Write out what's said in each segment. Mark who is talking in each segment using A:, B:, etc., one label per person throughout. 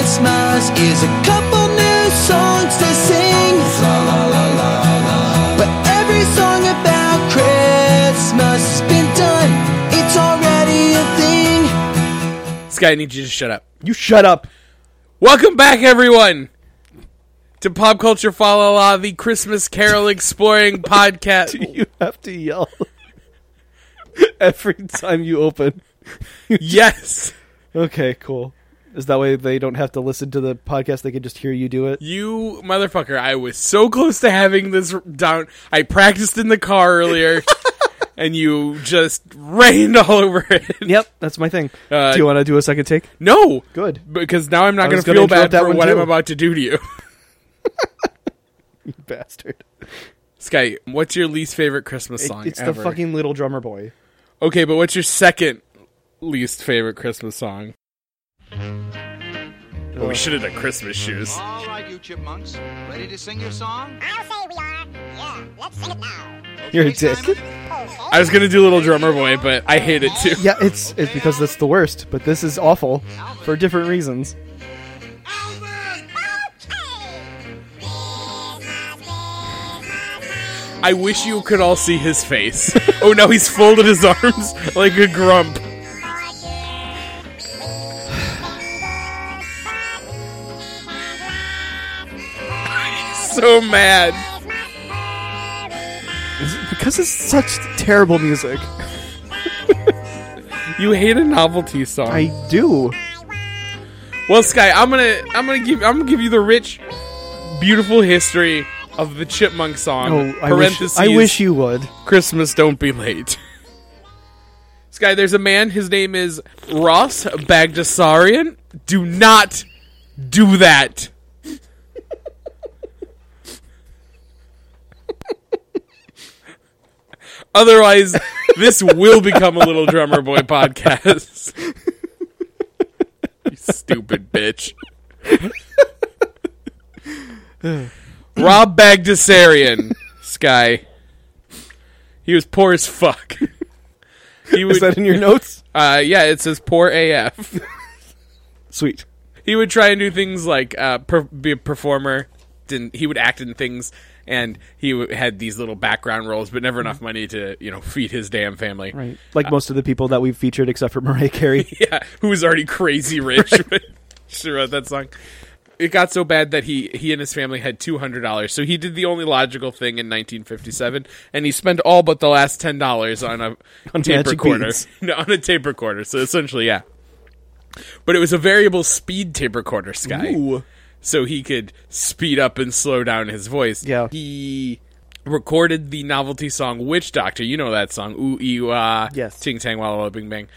A: us is a couple new songs to sing. But every song about Christmas has been done. It's already a thing.
B: Sky, I need you to shut up.
C: You shut up.
B: Welcome back, everyone, to Pop Culture Fa La La, the Christmas Carol Exploring podcast.
C: You have to yell every time you open.
B: Yes,
C: Okay, cool. Is that way they don't have to listen to the podcast? They can just hear you do it.
B: you motherfucker! I was so close to having this down. I practiced in the car earlier, and you just rained all over it.
C: Yep, that's my thing.
B: Uh,
C: do you want to do a second take?
B: No,
C: Good.
B: because now I'm not going
C: was
B: to
C: gonna
B: feel
C: interrupt
B: bad
C: that
B: for
C: one,
B: what I'm
C: too.
B: about to do to you.
C: You bastard.
B: Sky, what's your least favorite Christmas song?
C: It's
B: ever?
C: the fucking little drummer boy.
B: Okay, but what's your second least favorite Christmas song? Well, we should have done Christmas shoes.
D: All right, you chipmunks, ready to sing your song?
E: I'll say we are. Yeah, let's sing it now.
C: You're a
D: Hey,
C: dick.
D: Simon?
E: Okay.
B: I was gonna do Little Drummer Boy, but I hate it too.
C: Yeah, it's it's because that's the worst. But this is awful for different reasons.
B: I wish you could all see his face. oh no, he's folded his arms like a grump. So mad.
C: It's because it's such terrible music.
B: You hate a novelty song.
C: I do.
B: Well, Sky, I'm gonna I'm gonna give I'm gonna give you the rich, beautiful history of the Chipmunk song.
C: Oh, I wish, I wish you would.
B: Christmas don't be late. Sky, there's a man. His name is Ross Bagdasarian. Do not do that. Otherwise, this will become a little drummer boy podcast. you stupid bitch. Rob Bagdasarian, Sky. He was poor as fuck. He would,
C: Is that in your notes?
B: uh, yeah, it says poor AF.
C: Sweet.
B: he would try and do things like uh, per- be a performer. Didn't he would act in things, and he w- had these little background roles, but never enough money to you know feed his damn family.
C: Mm-hmm. Right. Like most of the people that we've featured, except for Mariah Carey.
B: Yeah, who was already crazy rich. she wrote that song. It got so bad that he he and his family had two hundred dollars. So he did the only logical thing in nineteen fifty seven, and he spent all but the last ten dollars on a
C: On
B: tape
C: magic
B: recorder.
C: beads.
B: No, on a tape recorder. So essentially, yeah. But it was a variable speed tape recorder, Sky. So he could speed up and slow down his voice.
C: Yeah.
B: He recorded the novelty song Witch Doctor. You know that song. Ooh, ee, ah.
C: Yes.
B: Ting Tang Walla Walla Bing Bang.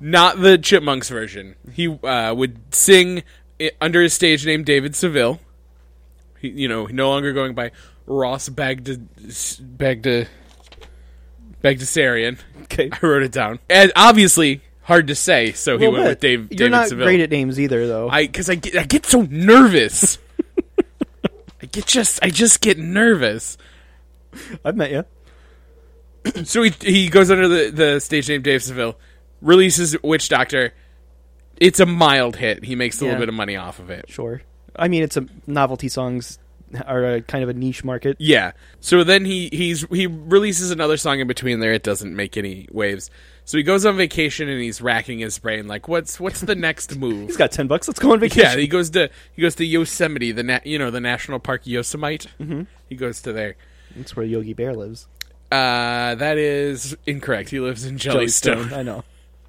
B: Not the Chipmunks version. He uh, would sing i under his stage name David Seville. He, you know, no longer going by Ross Bagda Bagda Bagdasarian.
C: Okay.
B: I wrote it down. And obviously, hard to say, so he
C: Well,
B: went
C: but
B: with Dave,
C: You're
B: David
C: not
B: Seville.
C: great at names either, though.
B: I because I get I get so nervous. I get just I just get nervous.
C: I've met you.
B: So he he goes under the the stage name Dave Seville, releases Witch Doctor. It's a mild hit. He makes a little
C: Yeah.
B: bit of money off of it.
C: Sure. I mean, it's a novelty songs are a, kind of a niche market.
B: Yeah. So then he he's he releases another song in between there. It doesn't make any waves. So he goes on vacation and he's racking his brain like what's what's the next move?
C: He's got ten bucks. Let's go on
B: Yeah,
C: vacation.
B: he goes to he goes to Yosemite, the na- you know the national park Yosemite. Mm-hmm. He goes to there.
C: That's where Yogi Bear lives.
B: Uh, that is incorrect. He lives in Jellystone.
C: I know.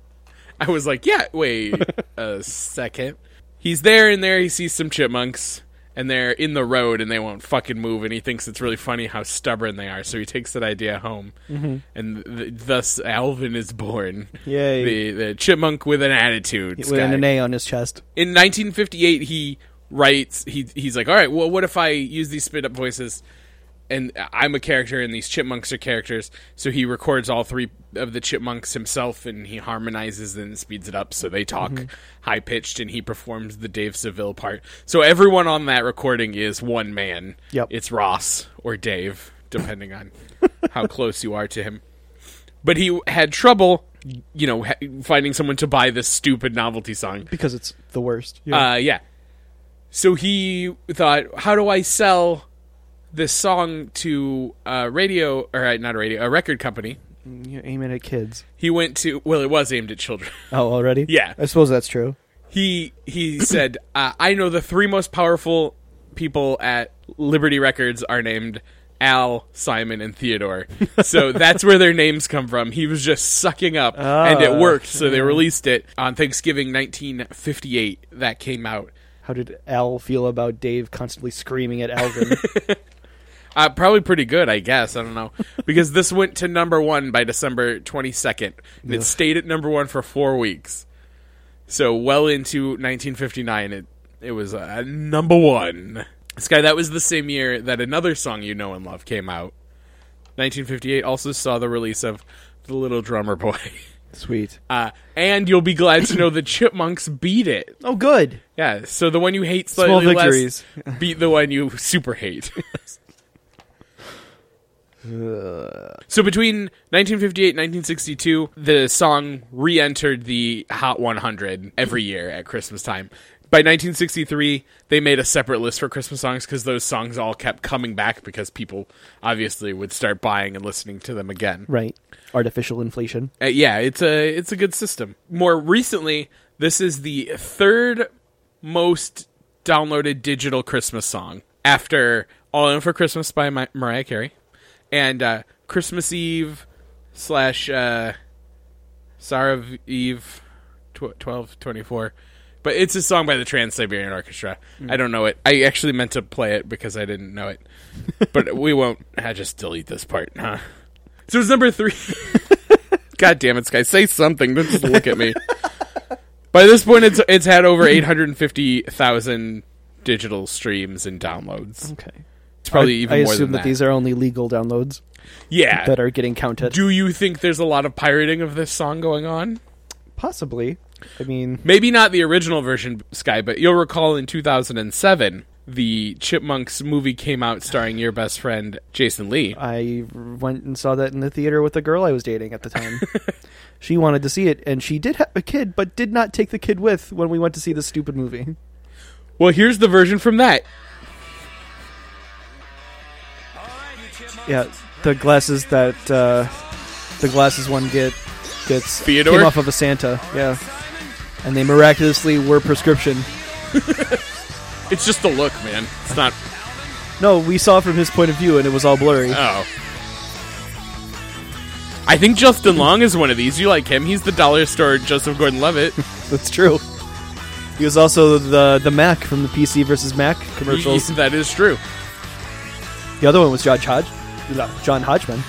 B: I was like, yeah, wait a second. He's there and there. He sees some chipmunks and they're in the road and they won't fucking move. And he thinks it's really funny how stubborn they are. So he takes that idea home.
C: Mm-hmm.
B: And th- thus, Alvin is born.
C: Yay.
B: The, the chipmunk with an attitude.
C: With
B: Sky.
C: an A on his chest.
B: In 1958 he writes he he's like all right well what if i use these spit up voices and i'm a character and these chipmunks are characters so he records all three of the chipmunks himself and he harmonizes and speeds it up so they talk high pitched and he performs the dave seville part so everyone on that recording is one man
C: Yep.
B: it's ross or dave depending on how close you are to him but he had trouble you know ha- finding someone to buy this stupid novelty song
C: Because it's the worst. Yeah.
B: uh, yeah. So he thought, how do I sell this song to a radio, or uh, not a radio, a record company?
C: You're aiming at kids.
B: He went to, well, it was aimed at children.
C: Oh, already?
B: Yeah.
C: I suppose that's true.
B: He he said, uh, I know the three most powerful people at Liberty Records are named Al, Simon, and Theodore. So that's where their names come from. He was just sucking up, and it
C: Ah.
B: worked. So they released it on Thanksgiving 1958. That came out.
C: How did Al feel about Dave constantly screaming at Alvin?
B: Uh, probably pretty good, I guess. I don't know because this went to number one by December twenty second, and it stayed at number one for four weeks. So well into nineteen fifty nine, it it was uh, number one. Sky, that was the same year that another song you know and love came out. Nineteen fifty eight also saw the release of "The Little Drummer Boy,"
C: Sweet.
B: uh, and you'll be glad to know the Chipmunks beat it.
C: Oh, good.
B: Yeah, so the one you hate
C: Small
B: slightly less
C: victories.
B: beat the one you super hate. so between 1958 and 1962, the song re-entered the Hot 100 every year at Christmas time. By 1963, they made a separate list for Christmas songs because those songs all kept coming back because people obviously would start buying and listening to them again.
C: Right. Artificial inflation.
B: Uh, yeah, it's a it's a good system. More recently, this is the third most downloaded digital Christmas song after "All In for Christmas" by Mi- Mariah Carey and uh, "Christmas Eve" slash uh, "Sarav Eve" tw- twelve twenty four. But it's a song by the Trans Siberian Orchestra. I don't know it. I actually meant to play it because I didn't know it. But we won't. I just delete this part. Huh? So it's number three. God damn it, Sky. Say something. Don't just look at me. By this point, it's it's had over 850,000 digital streams and downloads.
C: Okay.
B: It's probably even
C: I
B: more
C: assume
B: than
C: that,
B: that.
C: these are only legal downloads
B: yeah.
C: that are getting counted.
B: Do you think there's a lot of pirating of this song going on?
C: Possibly. I mean,
B: Maybe not the original version, Sky, but you'll recall in 2007, the Chipmunks movie came out starring your best friend, Jason Lee.
C: I went and saw that in the theater with the girl I was dating at the time. she wanted to see it, and she did have a kid, but did not take the kid with when we went to see the stupid movie.
B: Well, here's the version from that.
C: Yeah, the glasses that uh, the glasses one get gets
B: Theodore?
C: came off of a Santa. Yeah, and they miraculously were prescription.
B: It's just the look, man. It's not.
C: No, we saw from his point of view, and it was all blurry.
B: Oh. I think Justin Long is one of these. You like him? He's the dollar store Joseph Gordon-Levitt.
C: That's true. He was also the the Mac from the PC versus Mac commercials.
B: He- he- that is true.
C: The other one was John Hodge, no, John Hodgman.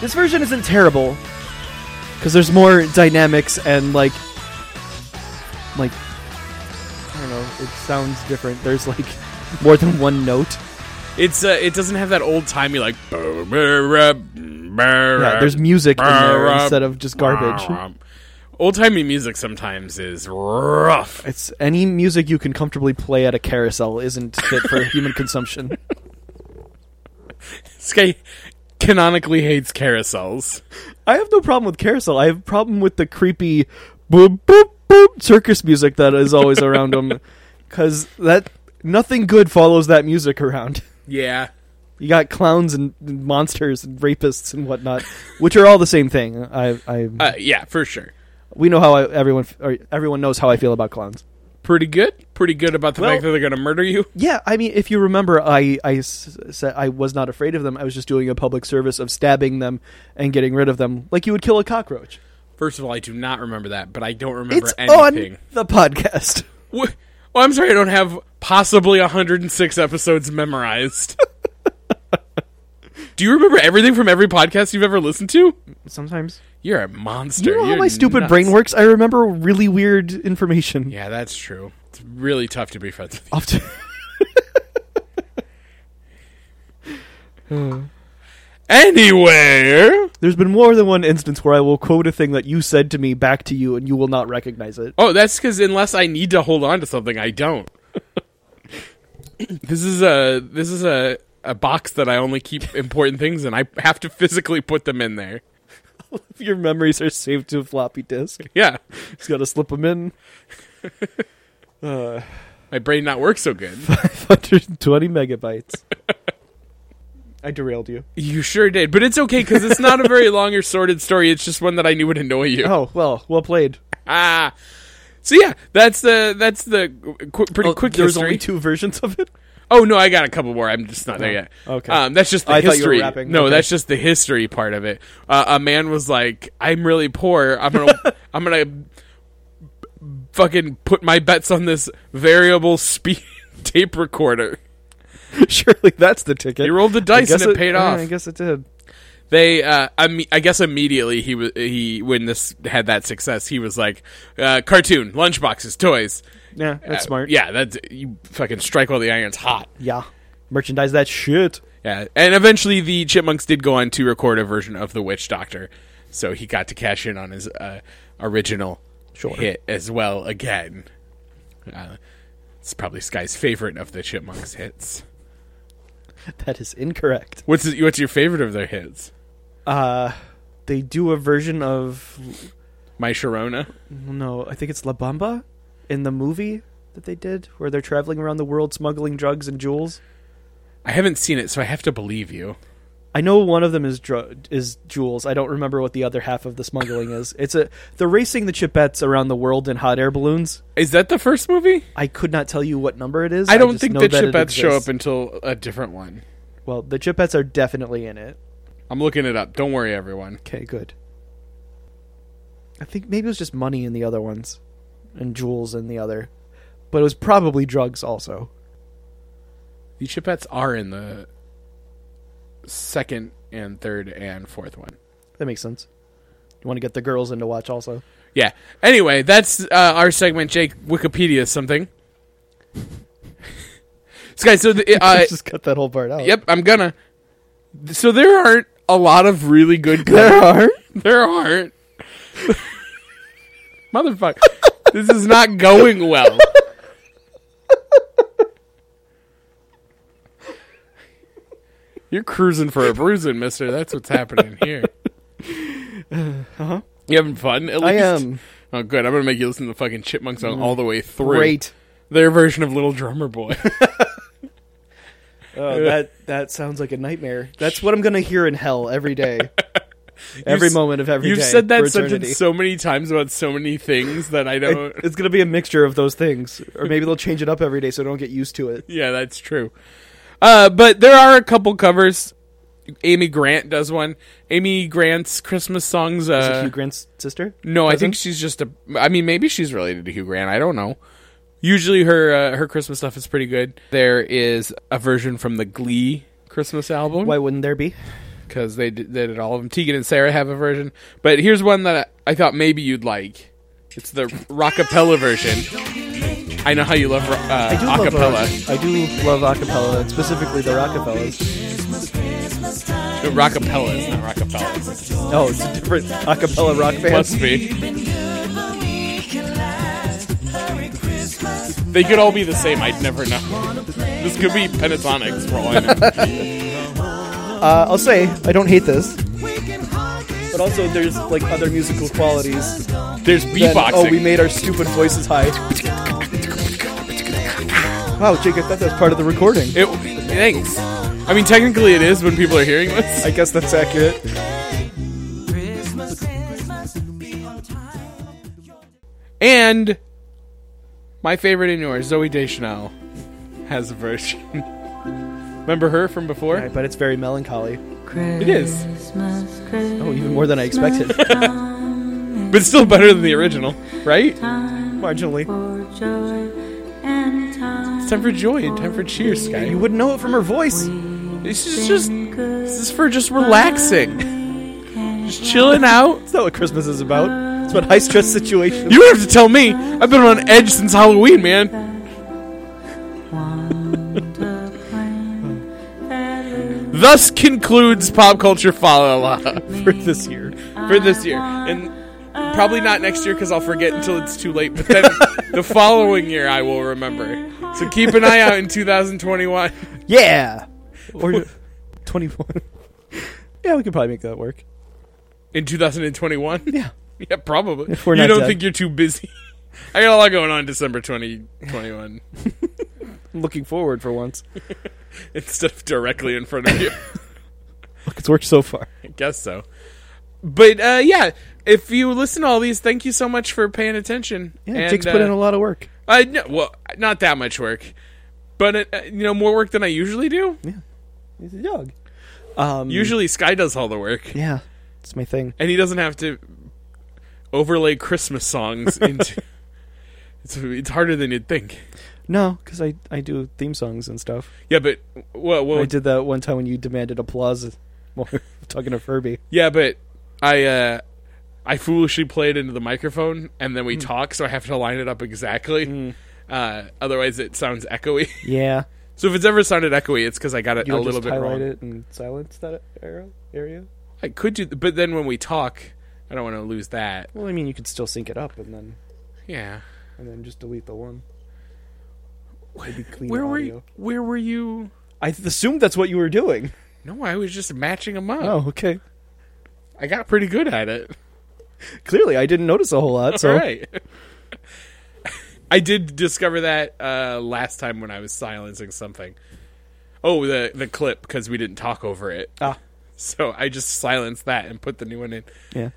C: This version isn't terrible because there's more dynamics and like, like I don't know. It sounds different. There's like more than one note.
B: It's uh, it doesn't have that old timey like. Yeah,
C: Yeah, there's music in there instead of just garbage.
B: Old timey music sometimes is rough.
C: It's any music you can comfortably play at a carousel isn't fit for human consumption.
B: Sky canonically hates carousels.
C: I have no problem with carousel. I have a problem with the creepy boop boop boop circus music that is always around them, because that nothing good follows that music around.
B: Yeah,
C: You got clowns and monsters and rapists and whatnot, which are all the same thing. I, I
B: uh, yeah, for sure.
C: we know how I, everyone f- or everyone knows how I feel about clowns.
B: Pretty good. Pretty good about the
C: Well-
B: fact that they're gonna murder you.
C: Yeah, I mean, if you remember, I I s- said I was not afraid of them. I was just doing a public service of stabbing them and getting rid of them, like you would kill a cockroach.
B: First of all, I do not remember that, but I don't remember
C: It's
B: anything.
C: on the podcast.
B: Wh- Oh, I'm sorry, I don't have possibly 106 episodes memorized. Do you remember everything from every podcast you've ever listened to?
C: Sometimes
B: You're a monster.
C: you know how
B: You're
C: my stupid
B: nuts.
C: brain works. I remember really weird information.
B: Yeah, that's true. It's really tough to be friends with you.
C: Often,
B: Anyway.
C: there's been more than one instance where I will quote a thing that you said to me back to you, and you will not recognize it.
B: Oh, that's because unless I need to hold on to something, I don't. this is a this is a, a box that I only keep important things, and I have to physically put them in there.
C: Your memories are saved to a floppy disk.
B: Yeah.
C: Just gotta slip them in.
B: my brain not work so good.
C: 520 megabytes. I derailed you.
B: you sure did, but it's okay because it's not a very long or sordid story. It's just one that I knew would annoy you.
C: Oh well, well played.
B: Ah. So yeah, that's the that's the qu- pretty quick
C: Oh, There's
B: Oh, history.
C: only two versions of it.
B: Oh no, I got a couple more. I'm just not there yet.
C: Oh, Okay.
B: Um, that's just the
C: I thought you were
B: history.
C: rapping.
B: No,
C: Okay.
B: that's just the history part of it. Uh, a man was like, "I'm really poor. I'm gonna, I'm gonna b- fucking put my bets on this variable speed tape recorder."
C: Surely that's the ticket.
B: He rolled the
C: I
B: dice and
C: guess
B: it paid off.
C: I guess it did.
B: They, uh, I mean, I guess immediately he was he when this had that success, he was like, uh, "Cartoon, lunchboxes, toys."
C: Yeah, that's
B: Uh,
C: smart.
B: Yeah, that's you fucking strike while the iron's hot.
C: yeah. Merchandise that shit.
B: Yeah, and eventually the Chipmunks did go on to record a version of The Witch Doctor, so he got to cash in on his uh, original hit as well again. Uh, it's probably Sky's favorite of the Chipmunks hits.
C: That is incorrect.
B: What's what's your favorite of their hits?
C: Uh, they do a version of
B: My Sharona.
C: no, I think it's La Bamba in the movie that they did, where they're traveling around the world smuggling drugs and jewels.
B: I haven't seen it, so I have to believe you.
C: I know one of them is dr- is jewels. I don't remember what the other half of the smuggling is. It's a they're racing the chipettes around the world in hot air balloons.
B: Is that the first movie?
C: I could not tell you what number it is.
B: I don't
C: just
B: think
C: know
B: the
C: that it
B: Chipettes show up
C: exists.
B: until a different one.
C: Well, the chipettes are definitely in it.
B: I'm looking it up. Don't worry, everyone.
C: Okay, good. I think maybe it was just money in the other ones, and jewels in the other, but it was probably drugs also.
B: The Chipettes are in the second and third and fourth one.
C: That makes sense. You want to get the girls in to watch also.
B: Yeah. Anyway, that's uh, our segment, Jake. Wikipedia is something. so, guys, so the, uh,
C: Let's just cut that whole part out.
B: yep, I'm gonna. So there aren't a lot of really good.
C: There are.
B: there aren't. Motherfucker, this is not going well. You're cruising for a bruising, Mister. That's what's happening here. You having fun? At least?
C: Uh-huh. I am Mm.
B: Oh, good. I'm gonna make you listen to the fucking Chipmunks song all the way through.
C: great.
B: Their version of Little Drummer Boy.
C: Oh, that that sounds like a nightmare. That's what I'm gonna hear in hell every day, every
B: s-
C: moment of every day.
B: You've said that
C: for eternity.
B: sentence so many times about so many things that I
C: I-
B: don't.
C: it's gonna be a mixture of those things, or maybe they'll change it up every day so I don't get used to it.
B: yeah, that's true. Uh, but there are a couple covers. Amy Grant does one. Amy Grant's Christmas songs. Uh,
C: Is it Hugh Grant's sister?
B: No, I
C: Cousin?
B: think she's just a. I mean, maybe she's related to Hugh Grant. I don't know. Usually, her uh, her Christmas stuff is pretty good. There is a version from the Glee Christmas album.
C: Why wouldn't there be?
B: because they did, they did all of them. Tegan and Sarah have a version, but here's one that I, I thought maybe you'd like. It's the rockapella version. I know how you love ro- uh,
C: I do
B: acapella.
C: love I do love acapella, and specifically the rockapellas.
B: No, rockapella is not rockapella.
C: No, Oh, it's a different acapella rock band.
B: Must be. They could all be the same. I'd never know. This could be pentatonics for all I know.
C: Uh, I'll say I don't hate this, but also there's like other musical qualities.
B: There's
C: than,
B: beatboxing.
C: oh, we made our stupid voices high. Wow, Jake, I thought that was part of the recording.
B: it, thanks. I mean, technically it is when people are hearing this.
C: I guess that's accurate.
B: And my favorite and yours, Zoe Deschanel, has a version. Remember her from before?
C: Alright, but it's very melancholy.
B: It is,
C: Oh, even more than I expected.
B: but it's still better than the original, right?
C: Marginally.
B: It's time for joy and time for cheers,
C: You
B: Sky.
C: wouldn't know it from her voice.
B: This is just this is for just relaxing, just chilling out.
C: That's not what Christmas is about. It's about high stress situations.
B: You don't have to tell me. I've been on edge since Halloween, man. Thus concludes pop culture follow
C: for this year.
B: for this year, and probably not next year because I'll forget until it's too late. But then the following year, I will remember. So keep an eye out in 2021.
C: Yeah! Or 21. yeah, we could probably make that work.
B: In 2021,
C: Yeah.
B: yeah, probably.
C: If we're
B: you
C: not
B: don't
C: dead.
B: think you're too busy. I got a lot going on December 2021
C: I'm looking forward for once.
B: instead of directly in front of you.
C: Look, it's worked so far.
B: I guess so. But uh, yeah, if you listen to all these, thank you so much for paying attention.
C: Yeah,
B: And,
C: Jake's put
B: uh,
C: in a lot of work.
B: I no, well, not that much work, but uh, you know, more work than I usually do.
C: Mm-hmm. He's a dog. Um,
B: Usually, Sky does all the work,
C: yeah, it's my thing.
B: and he doesn't have to overlay Christmas songs into. it's it's harder than you'd think.
C: No, because I, I do theme songs and stuff.
B: Yeah, but well, well
C: I did that one time when you demanded applause while we were talking to Furby.
B: yeah, but I uh, I foolishly played into the microphone, and
C: Hmm.
B: then we talk, so I have to line it up exactly. Uh, otherwise, it sounds echoey.
C: Yeah,
B: so if it's ever sounded echoey, it's because I got it
C: you
B: a
C: would
B: little
C: just
B: bit
C: highlight
B: wrong.
C: it and silence that arrow area.
B: I could do, but then when we talk, I don't want to lose that.
C: Well, I mean, you could still sync it up and then
B: Yeah.
C: and then just delete the one. Maybe clean
B: Where were
C: audio.
B: you? Where were you?
C: I th- assumed that's what you were doing.
B: No, I was just matching them up.
C: Oh, okay.
B: I got pretty good at it.
C: Clearly, I didn't notice a whole lot. So
B: All right. I did discover that uh, last time when I was silencing something. Oh, the the clip because we didn't talk over it.
C: ah,
B: So I just silenced that and put the new one in.
C: yeah.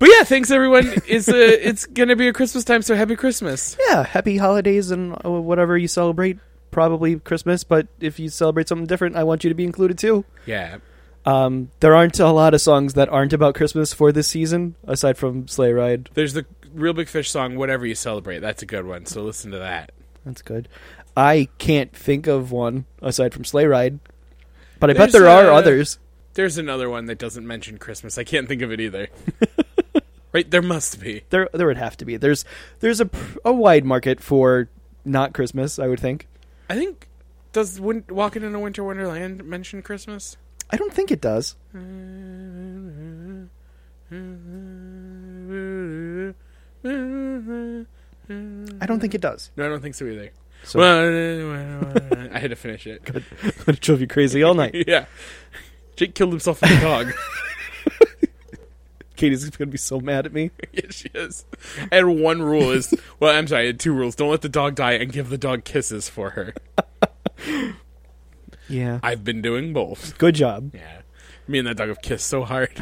B: But yeah, thanks everyone. It's a, it's gonna be a Christmas time, so happy Christmas.
C: yeah, happy holidays and uh, whatever you celebrate. Probably Christmas, but if you celebrate something different, I want you to be included too.
B: Yeah.
C: Um, there aren't a lot of songs that aren't about Christmas for this season, aside from Sleigh Ride.
B: There's the Real Big Fish song, Whatever You Celebrate. That's a good one. So listen to that.
C: That's good. I can't think of one aside from Sleigh Ride, but I bet
B: There's,
C: there are
B: uh,
C: others.
B: There's another one that doesn't mention Christmas. I can't think of it either. right? There must be.
C: There, there would have to be. There's, there's a pr- a wide market for not Christmas. I would think.
B: I think does win- Walking in a Winter Wonderland mention Christmas?
C: I don't think it does.
B: No,
C: I don't think it does.
B: I don't think so either.
C: So-
B: I had to finish it.
C: it drove you crazy all night.
B: Yeah. Jake killed himself with a dog.
C: Katie's gonna be so mad at me.
B: yes, she is. And one rule is well, I'm sorry, I had two rules. Don't let the dog die and give the dog kisses for her.
C: Yeah.
B: I've been doing both.
C: Good job.
B: Yeah. Me and that dog have kissed so hard.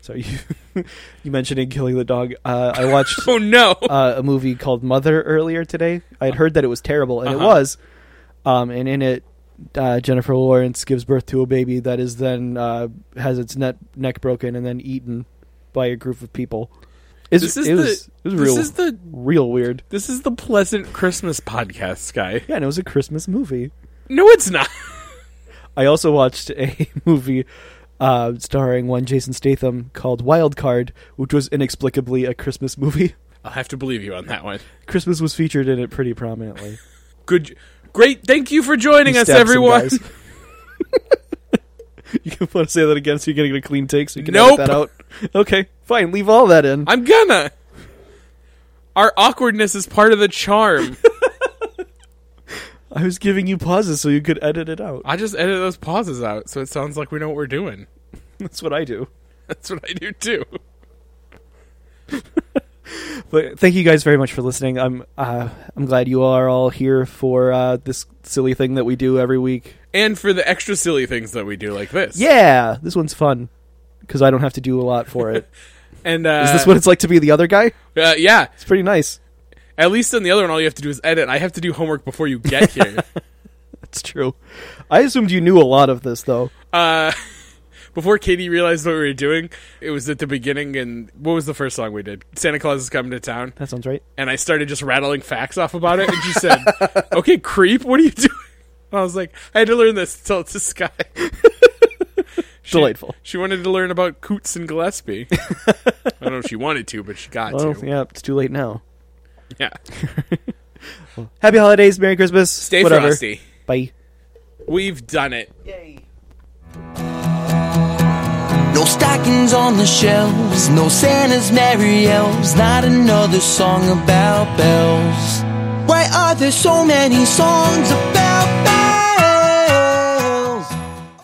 C: So you you mentioning killing the dog. Uh, I watched
B: Oh no.
C: uh, a movie called Mother earlier today. I had heard that it was terrible, and
B: Uh-huh.
C: it was. Um, and in it, uh, Jennifer Lawrence gives birth to a baby that is then uh, has its neck neck broken and then eaten by a group of people. It's,
B: This is
C: it was
B: the-
C: it was
B: this
C: real
B: is the-
C: real weird.
B: this is the pleasant Christmas podcast, Sky.
C: Yeah, and it was a Christmas movie.
B: No, it's not.
C: I also watched a movie uh, starring one Jason Statham called Wild Card, which was inexplicably a Christmas movie.
B: I'll have to believe you on that one.
C: Christmas was featured in it pretty prominently.
B: Good, great. Thank you for joining
C: He
B: us,
C: stabbed some
B: everyone.
C: guys. you can want to say that again, so you're gonna get a clean take, so you can
B: Nope.
C: edit that out. Okay, fine. Leave all that in.
B: I'm gonna. Our awkwardness is part of the charm.
C: I was giving you pauses so you could edit it out.
B: I just edit those pauses out, so it sounds like we know what we're doing.
C: That's what I do.
B: That's what I do too.
C: But thank you guys very much for listening. I'm uh, I'm glad you are all here for uh, this silly thing that we do every week.
B: And for the extra silly things that we do, like this.
C: Yeah, this one's fun because I don't have to do a lot for it.
B: And uh,
C: Is this what it's like to be the other guy?
B: uh, yeah.
C: It's pretty nice.
B: At least on the other one, all you have to do is edit. I have to do homework before you get here.
C: That's true. I assumed you knew a lot of this though.
B: uh, before Katie realized what we were doing, it was at the beginning. And what was the first song we did? Santa Claus is coming to town.
C: That sounds right.
B: And I started just rattling facts off about it. And she said, "Okay, creep, what are you doing?" And I was like, "I had to learn this to tell it to Sky." She-
C: Delightful.
B: She wanted to learn about Coots and Gillespie. I don't know if she wanted to, but she got
C: Well,
B: to.
C: Oh, yeah, it's too late now.
B: Yeah.
C: Happy holidays, Merry Christmas.
B: Stay
C: whatever.
B: frosty.
C: Bye.
B: We've done it.
A: No stockings on the shelves, no Santa's merry elves, not another song about bells. Why are there so many songs about